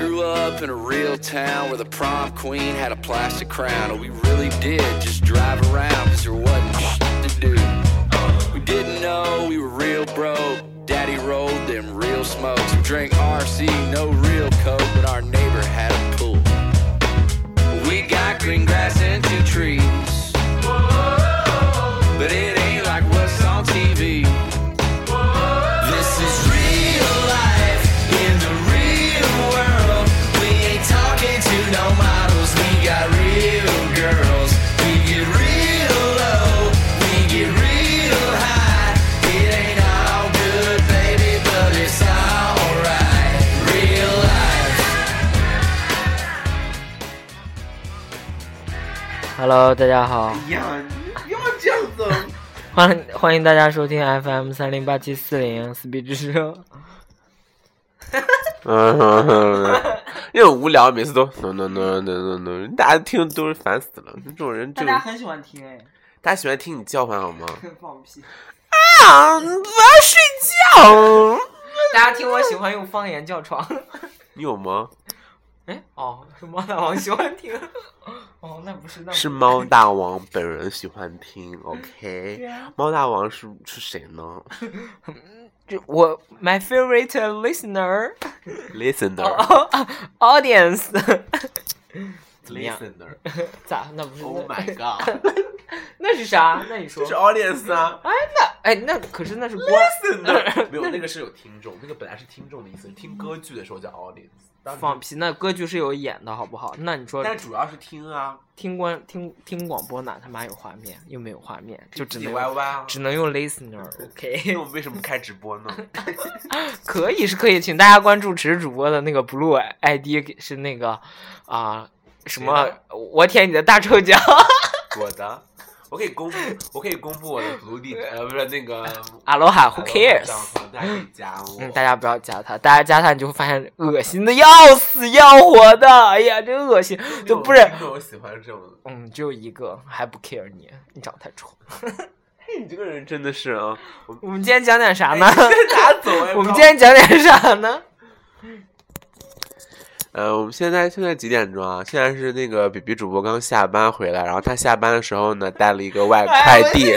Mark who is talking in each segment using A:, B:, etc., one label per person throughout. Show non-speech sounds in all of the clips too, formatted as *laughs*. A: in a real town where the prom queen had a plastic crown. And we really did just drive around because there wasn't shit to do. We didn't know we were real broke. Daddy rolled them real smokes. We drank RC, no real coke, but our neighbor had a pool. We got green grass and two trees. But it ain't like what's on TV. This is real life in the real world. We ain't talking to no models. We got real girls. We get real low. We get real high. It ain't all good, baby, but it's alright. Real life.
B: Hello，大家好，
C: 哎呀，你不要这样子
D: *laughs*
C: 哦，
B: 欢迎欢迎大家收听 FM 三零八七四零撕逼之声。
D: 嗯， *laughs* 又无聊，每次都 no no no no no no，大家听都是烦死了。这种人
C: 大
D: 就
C: 家很喜欢听哎，
D: 大家喜欢听你叫唤好吗？
C: 放屁！
D: 啊，我要睡觉。
B: 大家听我喜欢用方言叫 *laughs* 床。
D: 你有吗？
B: 哎，哦，是猫大王喜欢听。哦，那不是，
C: 嗯
B: 那不
D: 是猫大王本人喜欢听，OK？猫
C: 啊
D: 大王是是谁呢
B: 这我 my favorite listener *laughs*
D: ？Listener，Listener，
B: 哦 *laughs* audience 怎么样咋？那不是
D: Oh
B: 那
D: my god，
B: *laughs* 那是啥？那你说
D: 这是 audience 啊
B: 哎那哎那可是那是关
D: ，listener 没有那个是有听众，那个本来是听众的意思，听歌剧的时候叫 audience，当你
B: 放屁，那歌剧是有演的好不好？那你说
D: 但是主要是听啊，
B: 听观听听广播哪他妈有画面？又没有画面，就只
D: 自己
B: 能
D: 歪歪啊。
B: 只能用 listener。
D: *laughs* 那
B: OK， *laughs*
D: 我们为什么开直播呢？ *laughs*
B: 可以是可以，请大家关注池子主播的那个 blue ID 是那个啊、什么
D: 谁？
B: 我舔你的大臭脚
D: 我的，我可以公布，我可以公布我的 blue list，呃，不是那个呃
B: 阿罗哈 *laughs* Who cares？
D: 账号大家可以加我。
B: 嗯，大家不要加他，大家加他你就会发现恶心的要死要活的，哎呀，真恶心，就不是
D: 因，为我喜欢这种。
B: 嗯，只有一个还不 care 你，你长得太丑。
D: 嘿，你这个人真的是啊，我
B: 我们今天讲点啥呢？
D: *laughs* 打走
B: *laughs*
D: 哎
B: 我们今天讲点啥呢？
D: 呃，我们现在现在几点钟啊？现在是那个比比主播刚下班回来，然后他下班的时候呢，带了一个外
B: 哎
D: 快
B: 我
D: 递，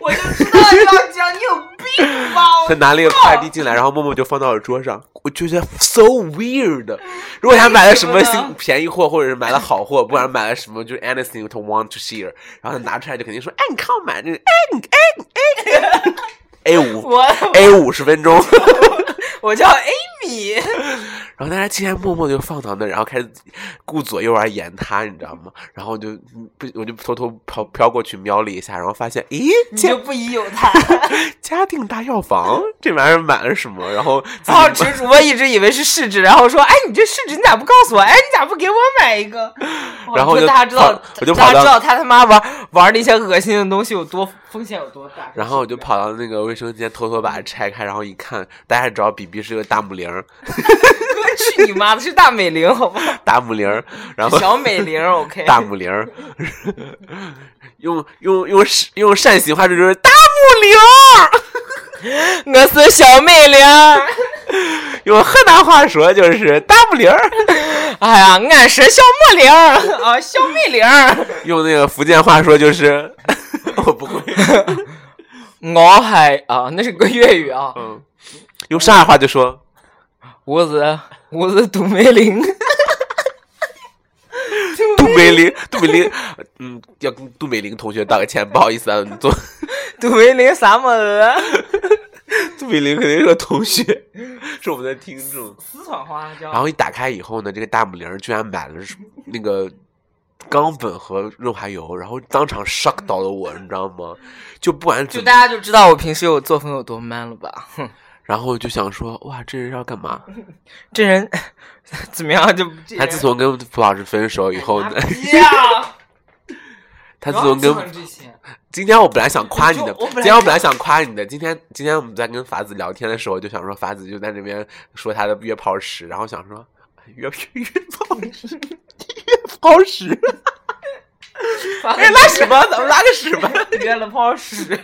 B: 我就知道你要讲，你有病 *laughs* 吧？
D: 他拿了一个快递进来，然后默默就放到了桌上，我就觉得 so weird。如果他买了什么
C: 为什么呢
D: 新便宜货，或者是买了好货，不管买了什么，就是 anything to want to share，然后他拿出来就肯定说，哎，你看我买这个，哎，你哎你哎你，A 五
B: 我
D: A 五十分钟， *laughs*
B: 我叫 Amy， *laughs*
D: 然后大家竟然默默地就放到那，然后开始顾左右而言他，你知道吗？然后我就嗯不，我就偷偷飘飘过去瞄了一下，然后发现，咦，
B: 你
D: 家
B: 就不宜有 *laughs* 他。
D: 嘉定大药房这玩意儿买了什么？然后自己
B: 然后池主播一直以为是试纸，然后说：“哎，你这试纸你咋不告诉我？哎，你咋不给我买一 *laughs* 个？”哇
D: 然后
B: 你说
D: 就
B: 大家知道
D: 跑，我就
B: 大
D: 跑
B: 家
D: 到
B: 知道他他妈玩玩那些恶心的东西有多风险有多大。
D: 然后我就跑到那个卫生间，偷偷把它拆开，然后一看，大家知道比比是个大母铃儿，
B: *laughs* 去你妈的，是大美玲好吧？
D: 大母铃儿，然后
B: 小美 *laughs* 玲，OK。
D: 大母铃儿，用用用陕用陕西话这就是大母铃
B: 我是小美玲。
D: 儿，用河南话说就是大母铃儿，
B: 哎呀，俺是小木玲 *laughs* 啊，小美玲。
D: 用那个福建话说就是， *laughs* 我不会，
B: *laughs* 我还啊，那是个粤语啊。
D: 嗯，用上海话就说
B: 我 *laughs* 是我是杜美 *laughs* 玲，
D: 杜美玲，杜美玲，嗯，要跟杜美玲同学道个歉，不好意思啊，你做
B: 杜美玲啥么子？啊
D: 杜美玲肯定是个同学， *laughs* 是我们的听众。
B: 四川话
D: 然
B: 叫。
D: 后一打开以后呢，这个大母铃儿居然买了是那个冈本和润滑油，然后当场 shock 到了我，你知道吗？就不
B: *laughs*
D: 管
B: 就
D: 怎么
B: 大，家就知道我平时有作风有多 man 了吧？哼，
D: 然后就想说，哇，这人要干
B: *laughs*
D: 嘛？
B: 这人 *laughs* 怎么样就？
D: 他自从跟蒲老师分手以后
B: 哎
D: 呢，
B: 呀，
D: *laughs* 他自从跟
B: 这些，
D: 今天我本来想夸你的
B: 就我，本来
D: 今天我本来想夸你的，今天今天我们在跟法子聊天的时候，就想说法子就在那边说他的约炮史，然后哎 *laughs* 想说约约约炮史，约炮史。
B: *laughs* 哎，拉屎吧，咱们拉个 *laughs* 屎吧。约了泡 *laughs* 屎，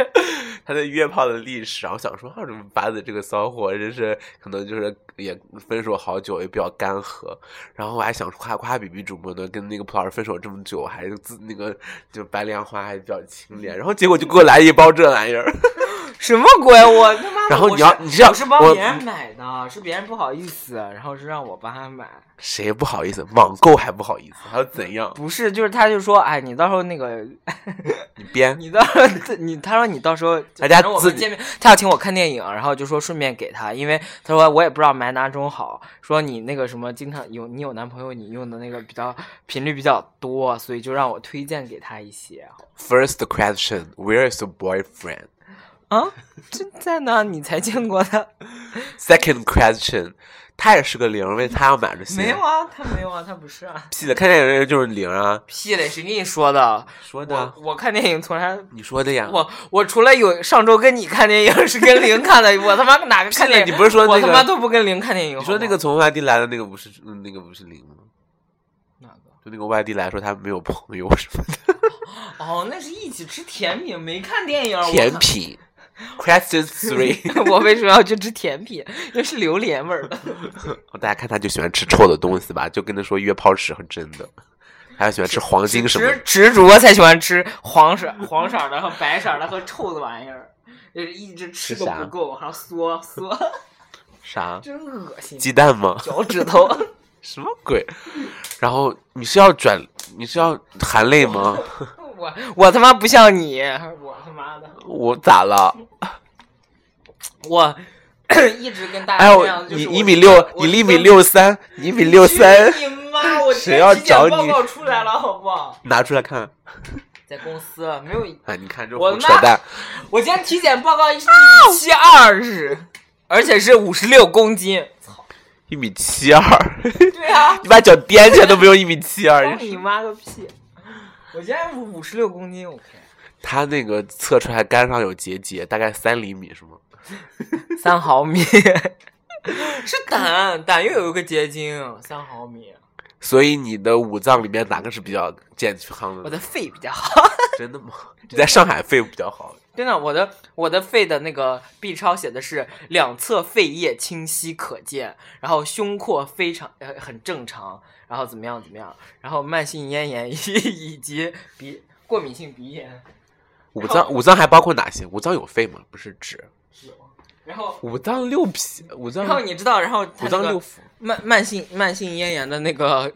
D: 他的约炮的历史，然后想说，啊，这八子这个骚货，真是可能就是也分手好久，也比较干涸。然后我还想夸夸比比主播呢，跟那个蒲老师分手这么久，还是自那个就白莲花还比较
B: 嗯
D: 清廉。然后结果就给我来一包这玩意儿， *laughs*
B: 什么鬼？我他妈的！
D: 然后
B: 我
D: 你要
B: 是
D: 你知道
B: 我是帮
D: 我
B: 别人买的，是别人不好意思，然后是让我帮他买。
D: 谁不好意思？网购还不好意思，还要怎样？
B: 不是，就是他就说，哎，你到时候那个，
D: 你编
B: 你到时候你，他说你到时候，
D: 大家
B: 反正我
D: 自
B: 们
D: 己
B: 见面，他要请我看电影，然后就说顺便给他，因为他说我也不知道买哪种好，说你那个什么经常有你有男朋友，你用的那个比较频率比较多，所以就让我推荐给他一些。
D: ？First question, where is the boyfriend?
B: *laughs* 啊，这在呢，你才见过
D: *laughs*
B: 他？
D: Second question，他也是个零，为他要买这些。
B: 没有啊，他没有啊，他不是啊。
D: 屁的，看电影的人就是零啊。
B: *laughs* 屁嘞，谁跟你说的？
D: 说
B: 我，我看电影从来。
D: 你说的呀。
B: 我我除了有上周跟你看电影是跟 *laughs* 零看的，我他妈哪个看
D: 屁嘞
B: 电影？
D: 你不是说那
B: 我
D: 个
B: 他妈都不跟零看电影？
D: 你说那个
B: 好
D: 从外地来的那个不是，嗯那个不是零吗？
B: 吗哪
D: 就那个外地来说他没有朋友什
B: *laughs*
D: 么的，
B: 个？哦，那是一起吃甜品，没看电影。啊我
D: 甜品。
B: *laughs*
D: Question three，
B: 我为什么要去吃甜品？因为是榴莲味儿的。
D: 大家看他就喜欢吃臭的东西吧，就跟他说约炮屎和真的，还有喜欢吃黄金什么的
B: 执执着才喜欢吃黄色、黄色儿的和白色儿的和臭的玩意儿，就是一直吃
D: 吃
B: 个
D: 啥
B: 不够，还要缩缩，
D: *laughs* 啥
B: 真恶心。
D: 鸡蛋吗？ *laughs*
B: 脚趾头， *laughs*
D: 什么鬼？然后你是要转，你是要含泪吗？
B: 我我他妈不像你，我他妈的，
D: 我咋了？
B: 我
D: *coughs*
B: 一直跟大
D: 哎
B: 家这
D: 呦
B: 样，，就
D: 你
B: 是
D: 一
B: 我
D: 米六，
B: 我
D: 你一
B: 真
D: 米六三，你一米六三，
B: 去你哎妈！我
D: 谁要找
B: 体检报
D: 你
B: 告出来了，好不好？
D: 拿出来看。
B: 在公司呃没有，
D: 啊，你看这
B: 我
D: 胡
B: 妈
D: 扯淡，
B: 我今天体检报告是一七二是，而且是五十六公斤。
D: 一米七二，
B: 对
D: *laughs*
B: 啊，
D: 你把脚踮起来都不用一米七
B: *laughs*
D: 二。
B: 你妈个屁！我今天五十六公斤，OK，
D: 他那个测出来肝上有结节，大概三厘米是吗？
B: *laughs* 三毫米，是胆胆又有一个结晶，三毫米。
D: 所以你的五脏里面哪个是比较健康
B: 我
D: 的？
B: 的肺比较好，
D: *laughs* 真的吗？你在上海肺比较好，
B: 真的，我的我的肺的那个 B 超写的是两侧肺叶清晰可见，然后胸廓非常呃很正常，然后怎么样怎么样，然后慢性咽炎以 *laughs* 以及鼻过敏性鼻炎，
D: 五脏五脏还包括哪些？五脏有肺吗？不是指
B: 然后
D: 五脏六脾，五脏
B: 然后你知道，然后
D: 五
B: 它那
D: 脏
B: 个
D: 六腑。
B: 慢慢性慢性咽炎的那个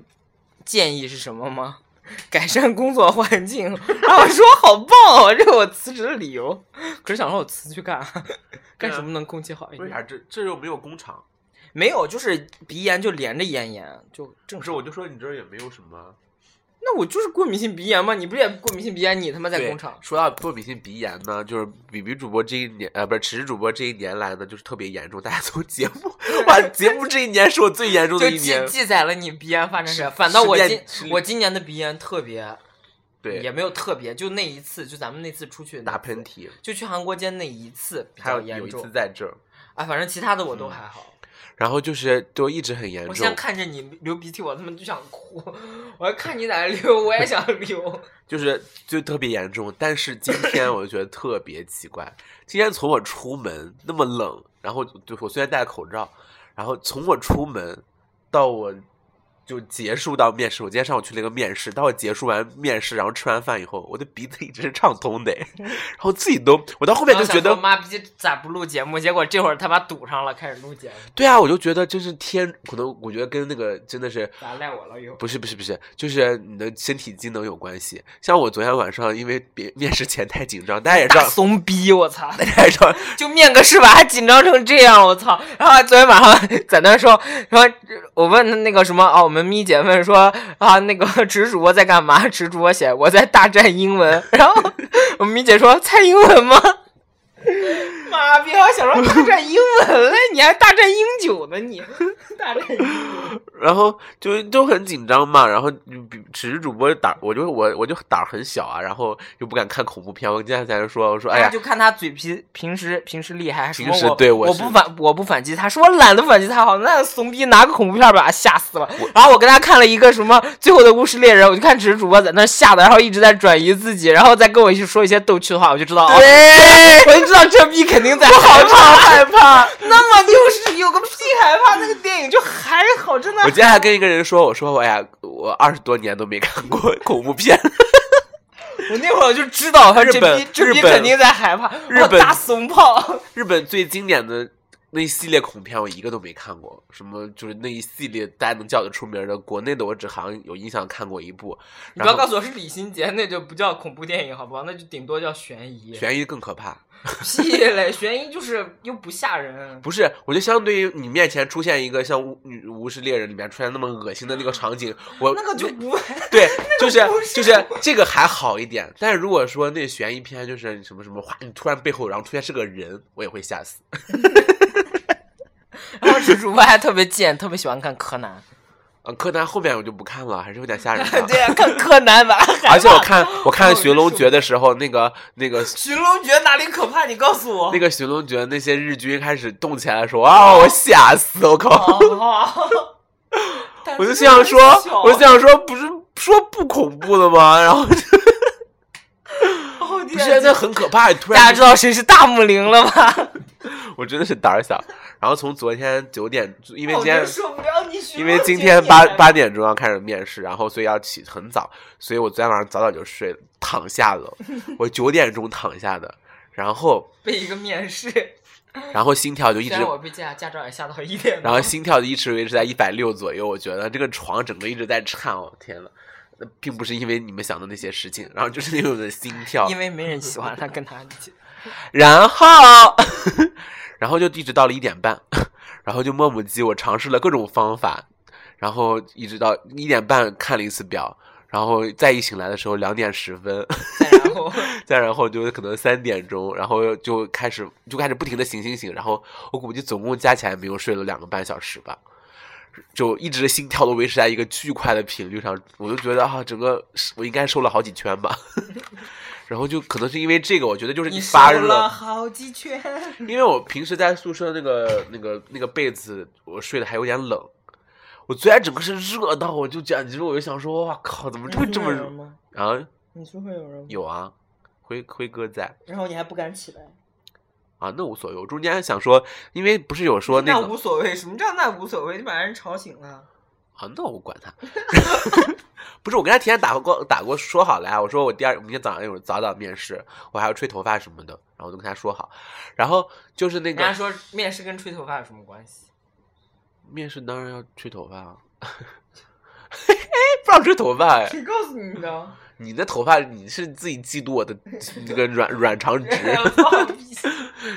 B: 建议是什么吗？ *laughs* 改善工作环境。然后我说好棒哦，这是我辞职的理由。可是想说我辞去干，干什么能空气好一
D: 啊为啥
B: 点？
D: 这这又没有工厂？
B: 没有，就是鼻炎就连着咽炎，就正
D: 不是，
B: 常。
D: 我就说你这儿也没有什么。
B: 那我就是过敏性鼻炎嘛，你不是也过敏性鼻炎？你他妈在
D: 对
B: 工厂？
D: 说到过敏性鼻炎呢，就是比比主播这一年，呃，不是迟迟主播这一年来呢，就是特别严重。大家从节目，哇，节目这一年是我最严重
B: 就
D: 的一
B: 记
D: 年。
B: 记载了你鼻炎发展史，反倒我
D: 实
B: 今
D: 践实
B: 我今年的鼻炎特别，也
D: 对，
B: 没有特别，就那一次，就咱们那次出去
D: 打喷，嚏，
B: 就去韩国街那一次比
D: 还
B: 较
D: 有
B: 严
D: 有一
B: 重
D: 次。在这儿，
B: 啊，反正其他的我都还好。
D: 然后就是就一嗯直很严
B: 我现在
D: 重，
B: 看着你流鼻涕，我他妈就想哭。我要看你在那流，我也想流。
D: 就是就特别严重。但是今天我就觉得特别奇怪，今天从我出门那么冷，然后就我虽然戴口罩，然后从我出门到我。就结束到面试，我今天上午去了一个面试，到我结束完面试，然后吃完饭以后，我的鼻子一直是畅通的，然后自己都，我到后面
B: 嗯然
D: 就
B: 后
D: 觉
B: 想
D: 得
B: 说，妈逼咋不录节目？结果这会儿他妈堵上了，开始录节目，
D: 对啊，我就觉得真是天，可能我觉得跟那个真的是
B: 咋赖我了又？
D: 不是不是不是，就是你的身体机能有关系。像我昨天晚上因为别面试前太紧张，大家也知
B: 大
D: 道，
B: 怂逼，我操！
D: 大家也知道，
B: 就面个试吧，还紧张成这样，我操！然后昨天晚上在那说，然后我问那个什么啊，我们咪姐问说啊，那个直主播在干嘛？直主播写我在大战英文，然后我们咪姐说猜英文吗？妈妈逼！我想说大战英文嘞，你还大战英九呢你？大战英九
D: 然后就就很紧张嘛，然后就比只是主播胆儿，我就我我就胆儿很小啊，然后又不敢看恐怖片。我今天才说，我说哎
B: 然后
D: 呀，
B: 就看他嘴皮平时平时厉害，还说
D: 平时
B: 我
D: 对
B: 我
D: 我
B: 不
D: 是
B: 反我不反击他，说我懒得反击他，好那怂逼拿个恐怖片把他吓死了
D: 我。
B: 然后我跟他看了一个什么《最后的巫师猎人》，我就看只是主播在那儿吓的，然后一直在转移自己，然后再跟我一起说一些逗趣的话，我就知道哦，
D: 对，
B: 我就知道这逼肯定在害怕害怕。那么就是有个屁害怕，那个电影就还好，真的
D: 我今天还跟一个人说，我说哎呀，我二十多年都没看
B: *laughs*
D: 过恐怖片，
B: 我那会儿就知道他这
D: 日本
B: 逼这逼
D: 日本
B: 肯定在害怕，
D: 日
B: 我
D: 本
B: 大怂炮。
D: 日本最经典的。那一系列恐怖片我一个都没看过，什么就是那一系列大家能叫得出名的，国内的我只好像有印象看过一部，
B: 你不要
D: 然后
B: 告诉我是李心洁，那就不叫恐怖电影好不好？那就顶多叫悬疑。
D: 悬疑更可怕。
B: 屁嘞，悬疑就是又不吓人。
D: 不是，我就相对于你面前出现一个像巫女巫师猎人里面出现那么恶心的那个场景，我
B: 那个就 *laughs* 不，
D: *laughs* 对，就是
B: 不是
D: 就是这个还好一点，但是如果说那悬疑片就是什么什么，哗，你突然背后然后出现是个人，我也会吓死。
B: 然后是主播还特别贱，特别喜欢看柯南。
D: 嗯，柯南后面我就不看了，还是有点吓人
B: *laughs* 对啊
D: 的。
B: 呀，看柯南 *laughs* 吧。
D: 而且我看我看
B: 哦
D: 《寻龙诀》的时候，那个那个
B: 寻龙诀哪里可怕？你告诉我
D: 那。个《寻龙诀》，那些日军开始动起来的时候，啊，我吓死！我靠！
B: 哦
D: *laughs* 我就想说，我就想说，不是说不恐怖的吗？然后就
B: 不
D: 不是，那很可怕，突然
B: 大家
D: 就
B: 知道谁是大木灵 *laughs* 了吧？
D: 我真的是胆儿小。然后从昨天九点，因为今
B: 我
D: 天
B: 就受不了你寻
D: 因
B: 龙
D: 为
B: 诀
D: 今天
B: 你
D: 八
B: 还
D: 八点钟要开始面试，然后所以要起很早，所以我昨天晚上早早就睡了，躺下了。我九点钟躺下的，然后
B: 被一个面试，
D: 然后心跳就一
B: 虽
D: 直
B: 然，我被驾驾照也吓到一点多。
D: 然后心跳就一直维持在一百六左右。我觉得这个床整个一直在颤，我、天呐，那并不是因为你们想的那些事情，然后就是因为我的心跳，
B: 因为没人喜欢他，跟他一 *laughs* 起。
D: 然后， *laughs* 然后就一直到了一点半，然后就磨磨唧，我尝试了各种方法，然后一直到一点半看了一次表，然后再一醒来的时候两点十分，
B: 再然后，
D: 再然后就可能三点钟，然后就开始就开始不停的醒醒醒，然后我估计总共加起来没有睡了两个半小时吧。就一直心跳都维持在一个巨快的频率上，我就觉得啊，整个我应该瘦了好几圈吧， *laughs* 然后就可能是因为这个，我觉得就是
B: 你
D: 一
B: 瘦
D: 发热，
B: 了好几圈，
D: 因为我平时在宿舍那个那个那个被子，我睡得还有点冷。我昨天整个是热到，我就简直我就想说，哇靠，怎么会
B: *laughs*
D: 这么热
B: 吗？
D: 啊？
C: 你说会有人吗？
D: 有啊，辉辉哥在
C: 然后你还不敢起来，
D: 啊，那无所谓。我中间想说，因为不是有说
B: 那
D: 个
B: 无所谓，什么叫那无所谓？你把人吵醒了。
D: 啊，那我管他。 *laughs* 不是，我跟他提前打过打过说好了呀、我说我第二明天早上有早早面试，我还要吹头发什么的，然后我就跟他说好。然后就是那
B: 人家
D: 个
B: 说面试跟吹头发有什么关系？
D: 面试当然要吹头发啊， *laughs* 不让吹头发哎。
B: 谁告诉你的？
D: 你的头发你是自己嫉妒我的那个软软长直，
B: *laughs* 放屁！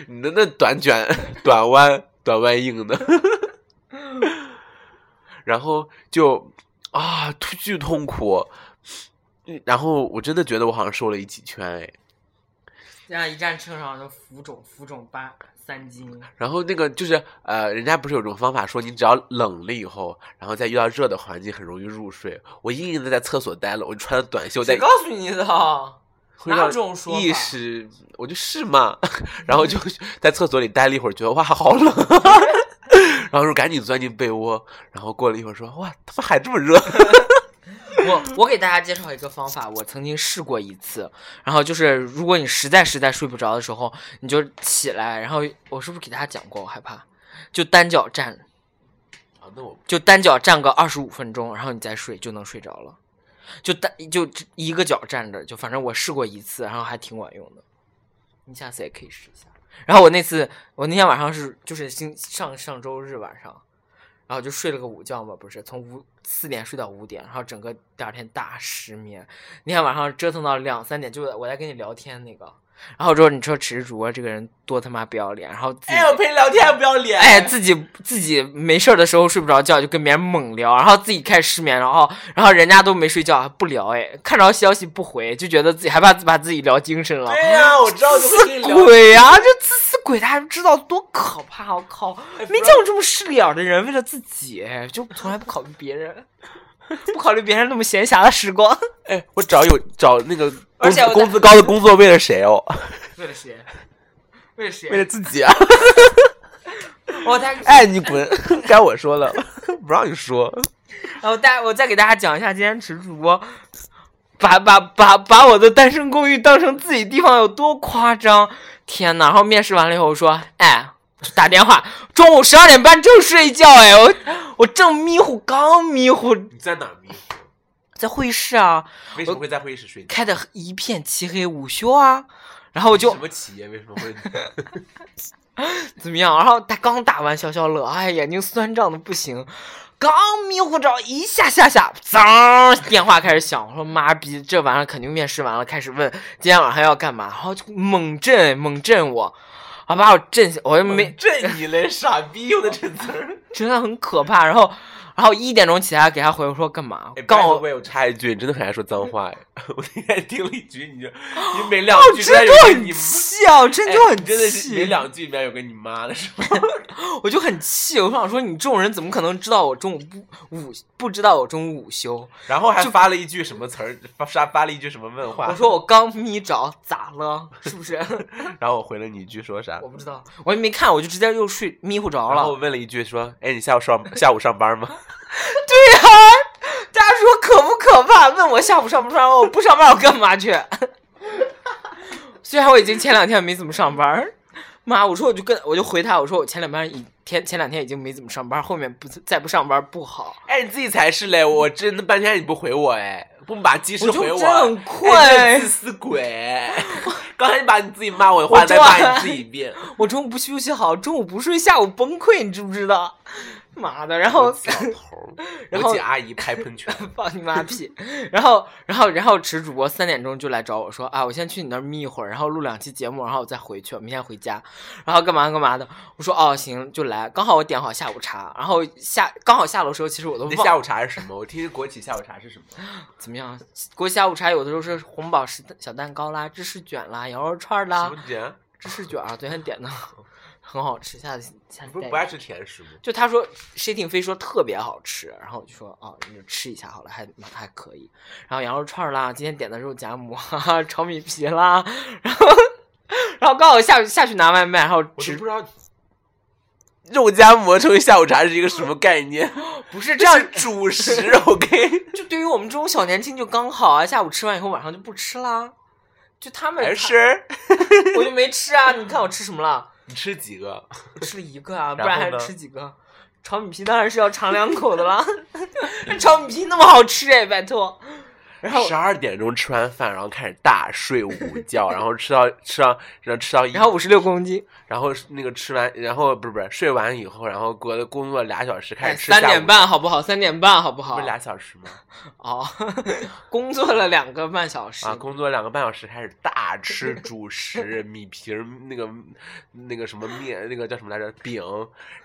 D: 你的那短卷、短弯、短弯硬的， *laughs* 然后就啊，突巨痛苦。嗯然后我真的觉得我好像瘦了一几圈哎，
B: 这样一站车上就浮肿，浮肿八三斤。
D: 然后那个就是呃，人家不是有种方法说你只要冷了以后，然后再遇到热的环境很容易入睡。我硬硬的在厕所待了，我就穿着短袖在
B: 谁告诉你的？
D: 会
B: 哪有
D: 让
B: 这种说法？
D: 意识，我就是嘛， *laughs* 然后就在厕所里待了一会儿，觉得哇好冷， *laughs* 然后说赶紧钻进被窝，然后过了一会儿说哇他妈还这么热，
B: 我我给大家介绍一个方法，我曾经试过一次，然后就是如果你实在实在睡不着的时候，你就起来，然后我是不是给大家讲过？我害怕，就单脚站，
D: 啊那我
B: 就单脚站个二十五分钟，然后你再睡就能睡着了，就单就只一个脚站着，就反正我试过一次，然后还挺管用的，你下次也可以试一下。然后我那次我那天晚上是就是星上上周日晚上，然后就睡了个午觉嘛，不是从五四点睡到五点，然后整个第二天大失眠。那天晚上折腾到两三点，就我在跟你聊天那个，然后之后你说只是主播这个人多他妈不要脸，然后自己
C: 陪你聊天不要脸
B: 哎，自己自己没事儿的时候睡不着觉，就跟别人猛聊，然后自己开始失眠，然后然后人家都没睡觉还不聊，哎，看着消 *laughs* 息不回，就觉得自己害怕自把自己聊精神了，
C: 呀，我知道
B: 自私鬼呀、这自私鬼大家知道多可怕！我靠，没见过这么势利眼的人，为了自己哎就从来不考虑别人，不考虑别人那么闲暇的时光。
D: 哎， *laughs* 我找有找那个
B: 而
D: 工
B: 且我在
D: 资工资高的工作为了谁哦？ *laughs*
B: 为了谁？为了
D: 为
B: 谁？
D: 了自己 *laughs* 啊！
B: 我再哎，
D: 哎，你滚！ *laughs* 该我说了， *laughs* 不让你说。
B: 我大我再给大家讲一下，今天池主播把把把把我的单身公寓当成自己地方有多夸张！天呐，然后面试完了以后，我说，哎，就打电话，中午十二点半正睡觉，哎，我我正迷糊，刚迷糊，
D: 你在哪儿迷糊？
B: 在会议室啊，
D: 为什么会在会议室睡觉？
B: 开的一片漆黑，午休啊，然后我就
D: 什么企业为什么 *laughs* 会？
B: 怎么样？然后他刚打完消消乐，哎，眼睛酸胀的不行，刚迷糊着一下下下，脏，电话开始响，我说妈逼，这玩意儿肯定面试完了，开始问今天晚上要干嘛，然后就猛震猛震我，啊把我震醒，我又没
D: 震你嘞，傻逼用的这词儿。
B: 真的很可怕，然后。然后一点钟起来给他回我说干嘛
D: 哎，？
B: 告
D: 我
B: 我
D: 我有插一句，你真的很爱说脏话哎！ *laughs* 我那天听了一句，你就你每两句
B: 真
D: 边
B: 哦就
D: 有个
B: 很
D: 你，
B: 气啊！我真
D: 哎
B: 就很
D: 你
B: 气，
D: 真的是每两句里面有个你妈的是
B: *laughs*
D: 吗？
B: 我就很气，我想说你这种人怎么可能知道我中午不午不知道我中午午休？
D: 然后还发了一句什么词儿，发发发了一句什么问话。
B: 我说，我刚眯着，咋了？是不是？
D: 然 *laughs* 后我回了你一句说啥
B: 我？不知道，我也没看，我就直接又睡迷糊着
D: 然后
B: 了 *laughs*
D: 我。问了一句说，哎，你下午上下午上班吗？
B: 对呀、啊大家说可不可怕？问我下午上不上班？我不上班我干嘛去？ *laughs* 虽然我已经前两天没怎么上班儿，妈，我说我就跟我就回他，我说我前两天已天前两天已经没怎么上班，后面不再不上班不好。
D: 哎，你自己才是嘞！我真的半天你不回我哎，不把鸡翅
B: 我就
D: 回我，
B: 真很困
D: 哎你这自私鬼！刚才你把你自己骂我的话
B: 我
D: 再
B: 就啊
D: 骂你自己
B: *laughs*
D: 一遍，
B: 我中午不休息好，中午不睡，下午崩溃，你知不知道？妈的，然
D: 我
B: 后
D: 操头儿！
B: 然
D: 我
B: 后
D: 姐阿姨拍喷泉，
B: *laughs* 放你妈屁！然后，然后，然后池主播三点钟就来找我说啊，我先去你那儿眯一会儿，然后录两期节目，然后我再回去，我明天回家，然后干嘛干嘛的。我说哦，行，就来。刚好我点好下午茶，然后下刚好下楼的时候，其实我都
D: 你
B: 忘
D: 那下午茶是什么？我听听国企下午茶是什么？
B: 怎么样。国际下午茶有的时候是红宝石小蛋糕啦、芝士卷啦、羊肉串
D: 什
B: 啦
D: 么、人？
B: 芝士卷啊，昨天点的， *laughs* 很好吃，下次下
D: 你
B: 次
D: 不
B: 带
D: 是
B: 你
D: 不爱吃甜食吗？
B: 就他说谢霆飞说特别好吃，然后我就说哦，你就吃一下好了，还还可以。然后羊肉串啦，今天点的肉夹馍，哈哈，炒米皮啦，然后然后刚好下去下去拿外卖，然后
D: 我都
B: 只
D: 不知道肉夹馍成为下午茶是一个什么概 *laughs* 念？
B: 不是这
D: 这
B: 样，
D: 是主食 *laughs* ，OK？
B: 就对于我们这种小年轻就刚好啊，下午吃完以后晚上就不吃啦。就他们
D: 还
B: 他
D: 是
B: 我就没吃啊，你看我吃什么了？
D: 你吃几个？
B: 我吃了一个啊，不
D: 然
B: 然
D: 后
B: 还
D: 呢
B: 吃几个？炒米皮当然是要尝两口的啦， *laughs* 炒米皮那么好吃哎，拜托。然后
D: 十二点钟吃完饭，然后开始大睡午觉，然后吃到吃到然后吃到一，
B: 然后五十六公斤，
D: 然后那个吃完，然后不是不是睡完以后，然后过了工作俩小时开
B: 哎，
D: 始吃下
B: 三
D: 午茶
B: 点，半好不好？三点半好不好？
D: 不是俩小时吗？
B: 哦， *laughs* 工作了两个半小时，
D: 啊，工作两个半小时开始大吃主食、米皮儿那个那个什么面，那个叫什么来着饼，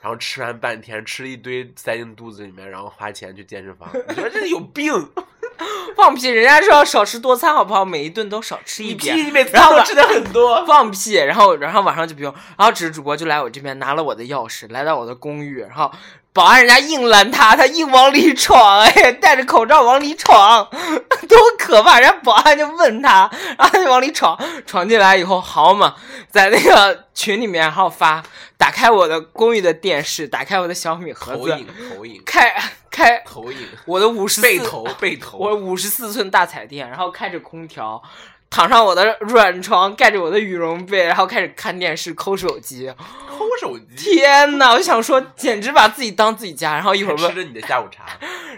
D: 然后吃完半天，吃了一堆塞进肚子里面，然后花钱去健身房。你
B: *laughs*
D: 说这有病？
B: 放屁！人家说要少吃多餐好不好？每一顿都少吃一
D: 你
B: 点。
D: 屁！你每次
B: 然后
D: 都
B: 晚
D: 吃的很多。
B: 放屁！然后，然后晚上就不用，然后只是主播就来我这边拿了我的钥匙，来到我的公寓，然后保安人家硬拦他，他硬往里闯，哎，戴着口罩往里闯， *laughs* 多可怕！人家保安就问他，然后他就往里闯，闯进来以后，好嘛，在那个群里面然后发，打开我的公寓的电视，打开我的小米盒
D: 投
B: 子
D: 影，，
B: *laughs*
D: 投影，
B: 开开
D: 投影，
B: 我的五十
D: 背投，背投。
B: 我五十四寸大彩电，然后开着空调，躺上我的软床，盖着我的羽绒被，然后开始看电视、抠手机。
D: 抠手
B: *laughs*
D: 机，
B: 天呐，我想说，简直把自己当自己家。然后一会儿
D: 吃
B: 问，
D: 着你的下午茶。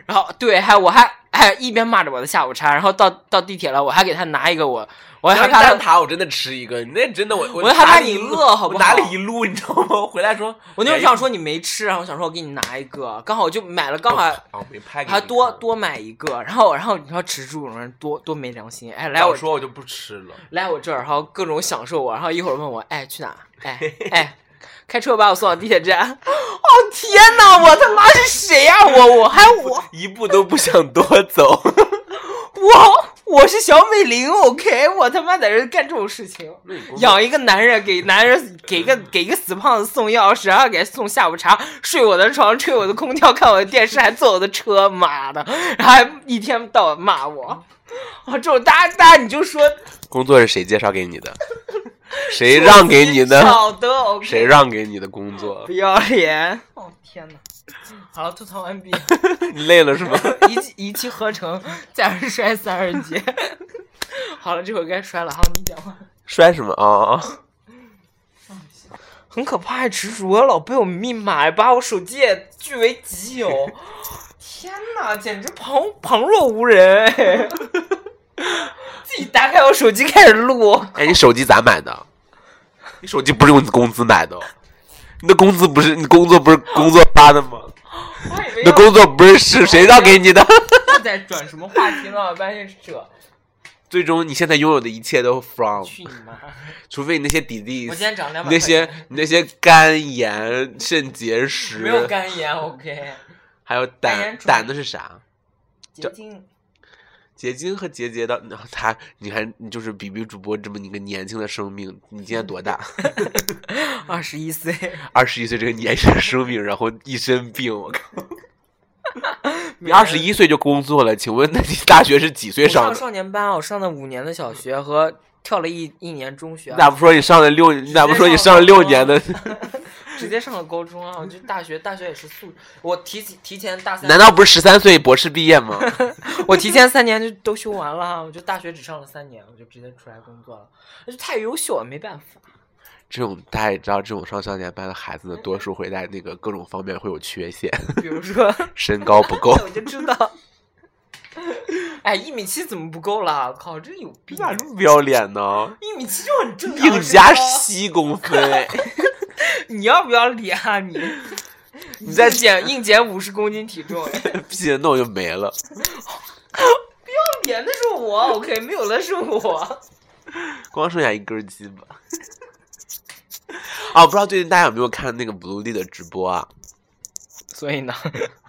B: 然后对，还我还还一边骂着我的下午茶，然后到到地铁了，我还给他拿一个我，我还
D: 然后
B: 害怕
D: 蛋
B: 他，
D: 挞我真的吃一个，你那真的我我
B: 我害怕
D: 哪里
B: 你
D: 一
B: 饿好不
D: 我哪
B: 好
D: 里一路你知道吗？我回来说，
B: 我那时
D: 哎
B: 候想说你没吃，然后我想说我给你拿一个，刚好我就买了，刚好。
D: 啊我没拍给你
B: 还多
D: 看
B: 多买一个，然后然后你说吃这种人多多没良心，哎，来
D: 早
B: 我
D: 说我就不吃
B: *laughs*
D: 了。
B: 来我这儿，然后各种享受我，然后一会儿问我，哎，去哪？哎哎，开车把我送到地铁站。 *laughs* 哦天哪，我他妈是谁呀、我我还我
D: 一步都不想多走。
B: 我我是小美玲，OK，我他妈在这干这种事情。
D: 那你工作
B: 养一个男人，给男人给个给个死胖子送钥匙，然后给他送下午茶，睡我的床，吹我的空调，看我的电视，还坐我的车，妈的，然后还一天到晚骂我。啊，这种大家大家你就说
D: 工作是谁介绍给你的？谁让给你的？
B: 好的，OK，
D: 嗯谁让给你的工作
B: 不？要脸？
C: 哦天哪，
B: 好了，吐槽完毕，
D: 你累了是吗？
B: 一气一气呵成，再而衰三十节。 *laughs* 好了，这会儿该摔了，好，你讲话。
D: 摔什么啊？啊
B: 很可怕，还执着，老背我密码，把我手机也据为己 *laughs* 有。天哪，简直旁旁若无人哎！ *laughs* 自己打开我手机开始录，
D: 哎，你手机咋买的？你手机不是用你工资买的哦？你的工资不是你工作不是工作发的吗？
B: 我还以为
D: 你的工作不是是谁让给你的？
B: 要在转什么话题呢，发现是这。
D: 最终你现在拥有的一切都 from，
B: 去你妈！
D: 除非你那些弟弟
B: 我今天涨两百，
D: 那些你那些肝炎、肾结石
B: 没，有肝炎，OK。
D: 还有
B: 肝炎
D: 胆
B: 主
D: 胆的是啥？
B: 结晶
D: 结晶和结节的，那他你看，你就是比比主播这么一个年轻的生命，你今年多大？
B: 二十一岁，
D: 二十一岁这个年轻的生命，然后一身病，我靠！你二十一岁就工作了，请问那你大学是几岁
B: 我
D: 上
B: 上
D: 的？
B: 少年班，啊我上了五年的小学和跳了一一年中学，啊
D: 那不说你上了六，那不说你上了六年的？
B: 直接上了高中啊！我就大学，大学也是素，我提起提前大三，
D: 难道不是十三岁博士毕业吗？ *laughs*
B: 我提前三年就都修完了啊，我就大学只上了三年，我就直接出来工作了，就太优秀了，没办法。
D: 这种大家也知道，这种上少年班的孩子呢，多数会在那个各种方面会有缺陷，
B: 比如
D: *laughs*
B: 说，。
D: 身高不 *laughs* 够
B: 我就知道，哎，一米七怎么不够啦？靠，真有
D: 你
B: 病！
D: 咋这么不要脸 *laughs* 呢？
B: 一米七就很正常，
D: 硬加
B: 是
D: 七公分， *laughs*
B: 吧你要不要脸啊你？你
D: 再
B: 再减硬减五十公斤体重， *laughs*
D: 屁那我就没了。
B: 脸的是我，OK，没有的是我。
D: 光剩下一根筋吧。 *laughs* 啊，我不知道最近大家有没有看那个 Blue D 的直播啊？
B: 所以呢，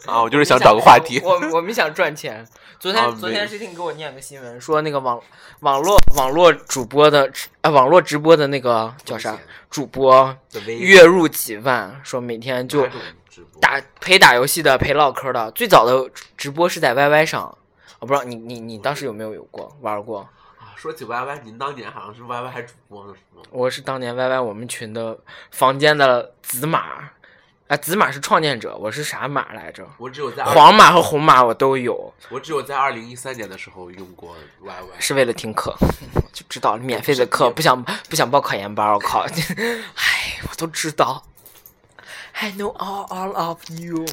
D: 啊，我 *laughs* 就是想找个话题。
B: 我我们想赚
D: *laughs*
B: 钱。昨天、
D: 啊
B: 昨
D: 没
B: 天谁听给我念个新闻，说那个网网络网络主播的啊、网络直播的那个叫啥主播月入几万，说每天就打陪打游戏的陪唠嗑的。最早的直播是在 YY 上，我不知道你你你当时有没有有过玩过？
D: 啊说起 YY，您当年好像是 YY 还主播呢，是吗？
B: 我是当年 YY 我们群的房间的紫马。啊，紫马是创建者，我是啥马来着？
D: 我只有在
B: 黄马和红马我都有。
D: 我只有在二零一三年的时候用过 YY。
B: 是为了听课，就知道免费的课，不想不想报考研班，我靠！ *laughs* 哎，我都知道。I know all all of you。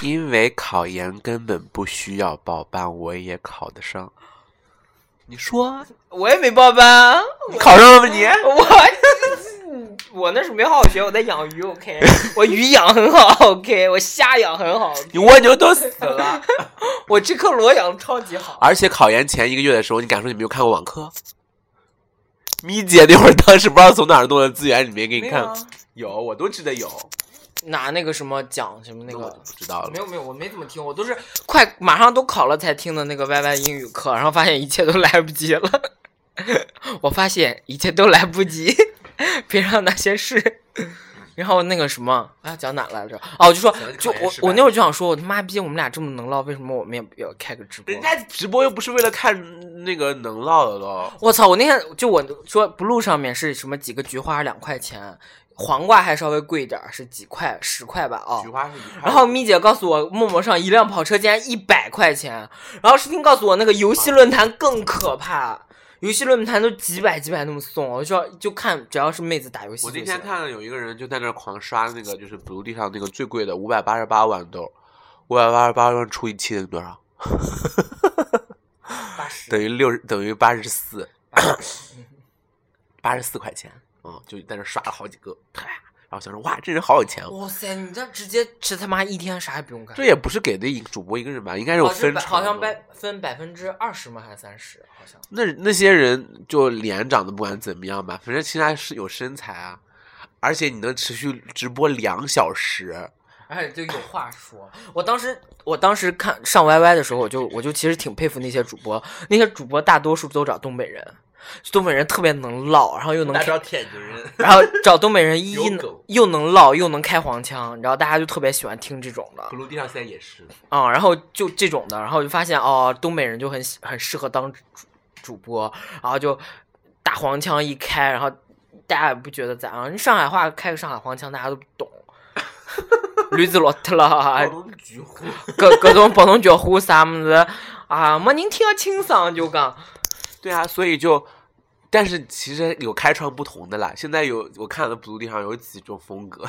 D: 因为考研根本不需要报班，我也考得上。你说
B: 我也没报班，
D: 你考上了吗？你
B: 我 *laughs* 我那是没好好学，我在养鱼，OK，我鱼养很好，OK，我虾养很好， *laughs*
D: 你蜗牛都死了。
B: 我这颗螺养得超级好。
D: 而且考研前一个月的时候，你敢说你没有看过网课？咪姐那会儿当时不知道从哪儿弄的资源里面给你
B: 没
D: 看，
B: 有啊
D: 有我都记得有，
B: 拿那个什么奖什么那
D: 我
B: 个
D: 就。不知道了
B: 没。有没有，我没怎么听，我都是 *laughs* 快马上都考了才听的那个 YY 英语课，然后发现一切都来不及了。 *laughs* 我发现一切都来不及， *laughs* 别让那些事。 *laughs* 然后那个什么，啊，讲哪来着？哦、我就说
D: 讲你，
B: 就
D: 考研
B: 我
D: 失败
B: 我那会儿就想说，我他妈逼，我们俩这么能唠，为什么我们也不要开个直播
D: 人？家直播又不是为了看那个能唠的喽。
B: 我操！我那天就我说 blue 上面是什么几个菊花两块钱，黄瓜还稍微贵一点儿，是几块十块吧？哦，
D: 菊花是一块
B: 然后咪姐告诉我，陌陌上一辆跑车竟然一百块钱。然后视频告诉我，那个游戏论坛更可怕，游戏论坛都几百几百那么送，我就要就看只要是妹子打游戏
D: 我
B: 就
D: 那
B: 行。
D: 天看了有一个人就在那儿狂刷那个就是 blue 地上那个最贵的五百八十八豌豆，五百八十八万除以七等于多少？等于六等于八十四，八十四块钱。嗯，就在那儿刷了好几个，啪，然后想说哇，这人好有钱哦。
B: 哇塞，你这直接吃他妈一天啥也不用干。
D: 这也不是给的一主播一个人吧，应该是有
B: 好像哦是
D: 分
B: 百
D: 成
B: 好像
D: 的
B: 百分百分之二十吗？还是三十？好像
D: 那那些人就脸长得不管怎么样吧，反正其他是有身材啊，而且你能持续直播两小时，
B: 而哎且就有话说。我当时，我当时看上 YY 的时候，我就我就其实挺佩服那些主播，那些主播大多数都找东北人，东北人特别能唠，然后又能
D: 拿着天津人，
B: *laughs* 然后找东北人一一
D: 有
B: 能
D: 狗
B: 又能唠又能开黄腔，你知道大家就特别喜欢听这种的
D: 可陆地上现在也是，
B: 啊、然后就这种的，然后就发现哦，东北人就很喜很适合当主主播，然后就大黄腔一开，然后大家也不觉得咋样，上海话开个上海黄腔大家都不懂，驴子落特
D: 广 *laughs*
B: 了，
D: 东菊花，
B: 各各种各种叫呼啥么子啊，没人听得清爽就讲，
D: 对啊，所以就，但是其实有开创不同的啦。现在有我看了不陆地上有几种风格，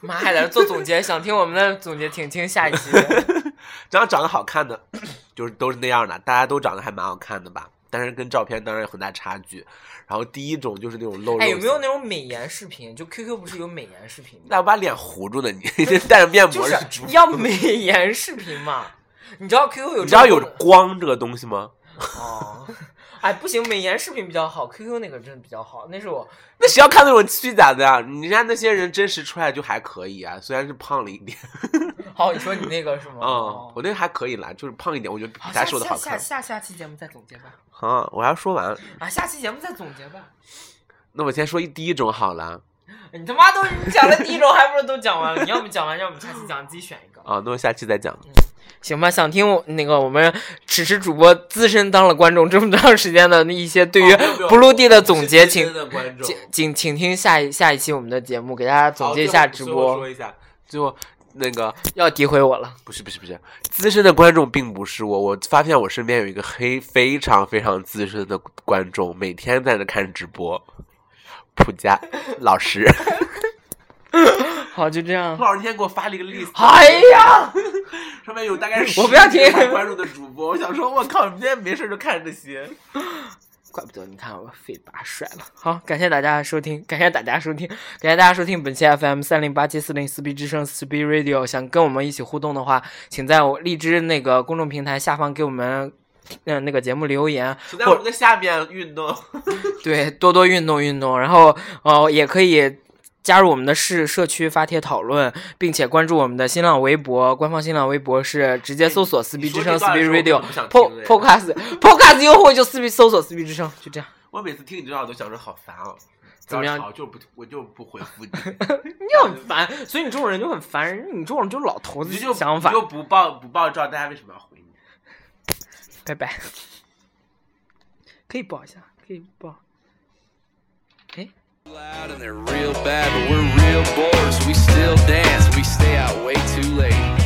B: 妈还在这做总结，想听我们的总结，请听下一期。
D: 只要长得好看的，就是都是那样的，大家都长得还蛮好看的吧。但是跟照片当然有很大差距。然后第一种就是那种露肉型，
B: 哎，有没有那种美颜视频？就 QQ 不是有美颜视频吗？
D: 那我把脸糊住的你， *laughs* 这戴着面
B: 就
D: 膜
B: 是
D: 直播
B: 要美颜视频嘛。你知道 QQ 有
D: 你知道
B: 这
D: 有
B: 种
D: 光这个东西吗？
B: 哦，哎，不行，美颜视频比较好，QQ 那个真的比较好，那是我
D: 那谁要看那种虚假的呀、人家那些人真实出来就还可以啊，虽然是胖了一点，
B: 好，你说你那个是吗？
D: 嗯
B: 哦，
D: 我那个还可以啦，就是胖一点，我觉得比
B: 好
D: 他
B: 下
D: 瘦的
B: 下
D: 好
B: 下
D: 看。
B: 下下期节目再总结吧。
D: 啊，我要说完，
B: 啊，下期节目再总结吧。
D: 那我先说一第一种好了
B: 你他妈都你讲了第一种，还不是都讲完了？你要不讲完，要不下期讲，你自己选一个。
D: 啊，那我下期再讲。
B: 行吧，想听我那个我们此时主播资深当了观众这么长时间的一些对于不露地的总结，请
D: 的观众
B: 请请请听下一下一期我们的节目，给大家总结一下直
D: 最后
B: 播。
D: 说一下，最后那个
B: 要诋毁我了，
D: 不是不是不是，资深的观众并不是我。我发现我身边有一个黑非常非常资深的观众，每天在那看直播。普佳老师，
B: *laughs* 好，就这样
D: 蒲。 *laughs* 老师今天给我发了一个 list，
B: 哎呀，
D: 上面有大概
B: 我不要听
D: 10个关注的主播。我想说，我靠，你今天没事就看这些。
B: 怪不得你看我非把甩了。好，感谢大家的收听，感谢大家收听，感谢大家收听本期 FM 三零八七四零四 B 之声四 B Radio。想跟我们一起互动的话，请在我荔枝那个公众平台下方给我们。嗯，那个节目留言，
D: 请在我们的下面运动，
B: 对，多多运动运动，然后呃，也可以加入我们的社社区发帖讨论，并且关注我们的新浪微博，官方新浪微博是直接搜索“四 B
D: 哎你说
B: 之声”“
D: 这
B: 四
D: 段
B: B
D: 的时候
B: Radio”
D: 我根本不想听
B: po
D: 了
B: podcast podcast 用户就四 B 搜索“四 B 之声”，就这样。
D: 我每次听你这段，我都想说好烦哦。
B: 怎么样
D: 不要吵就不我就不回复 *laughs* 你，
B: 你就很 *laughs* 烦，所以你这种人就很烦人，你这种人就老头子
D: 你就
B: 想法
D: 你。就不报不报照，大家为什么要回你？
B: 拜拜， *laughs* 可以报一下，可以报。哎。
A: loud and they're real bad, but we're real bored, so we still dance. We stay out way too late.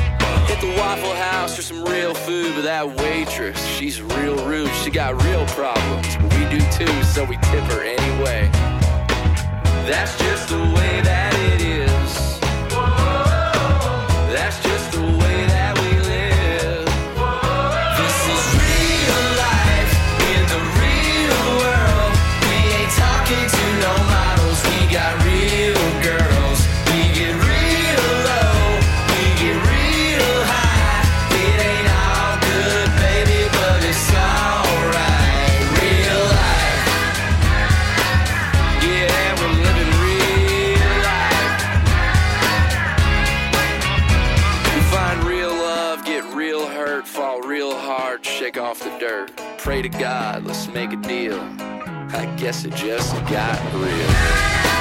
A: Hit the Waffle House for some real food, but that waitress, she's real rude. She got real problems, but we do too, so we tip her anyway. That's just the way that it is. That's just the way that we live. This is real life in the real world. We ain't talking to no models. We got real girls. We get real low. We get real high. It ain't all good, baby, but it's alright. Real life. Yeah, we're living real life. You find real love, get real hurt, fall real hard, shake off the dirt. Pray to God, let's make a deal. I guess it just got real.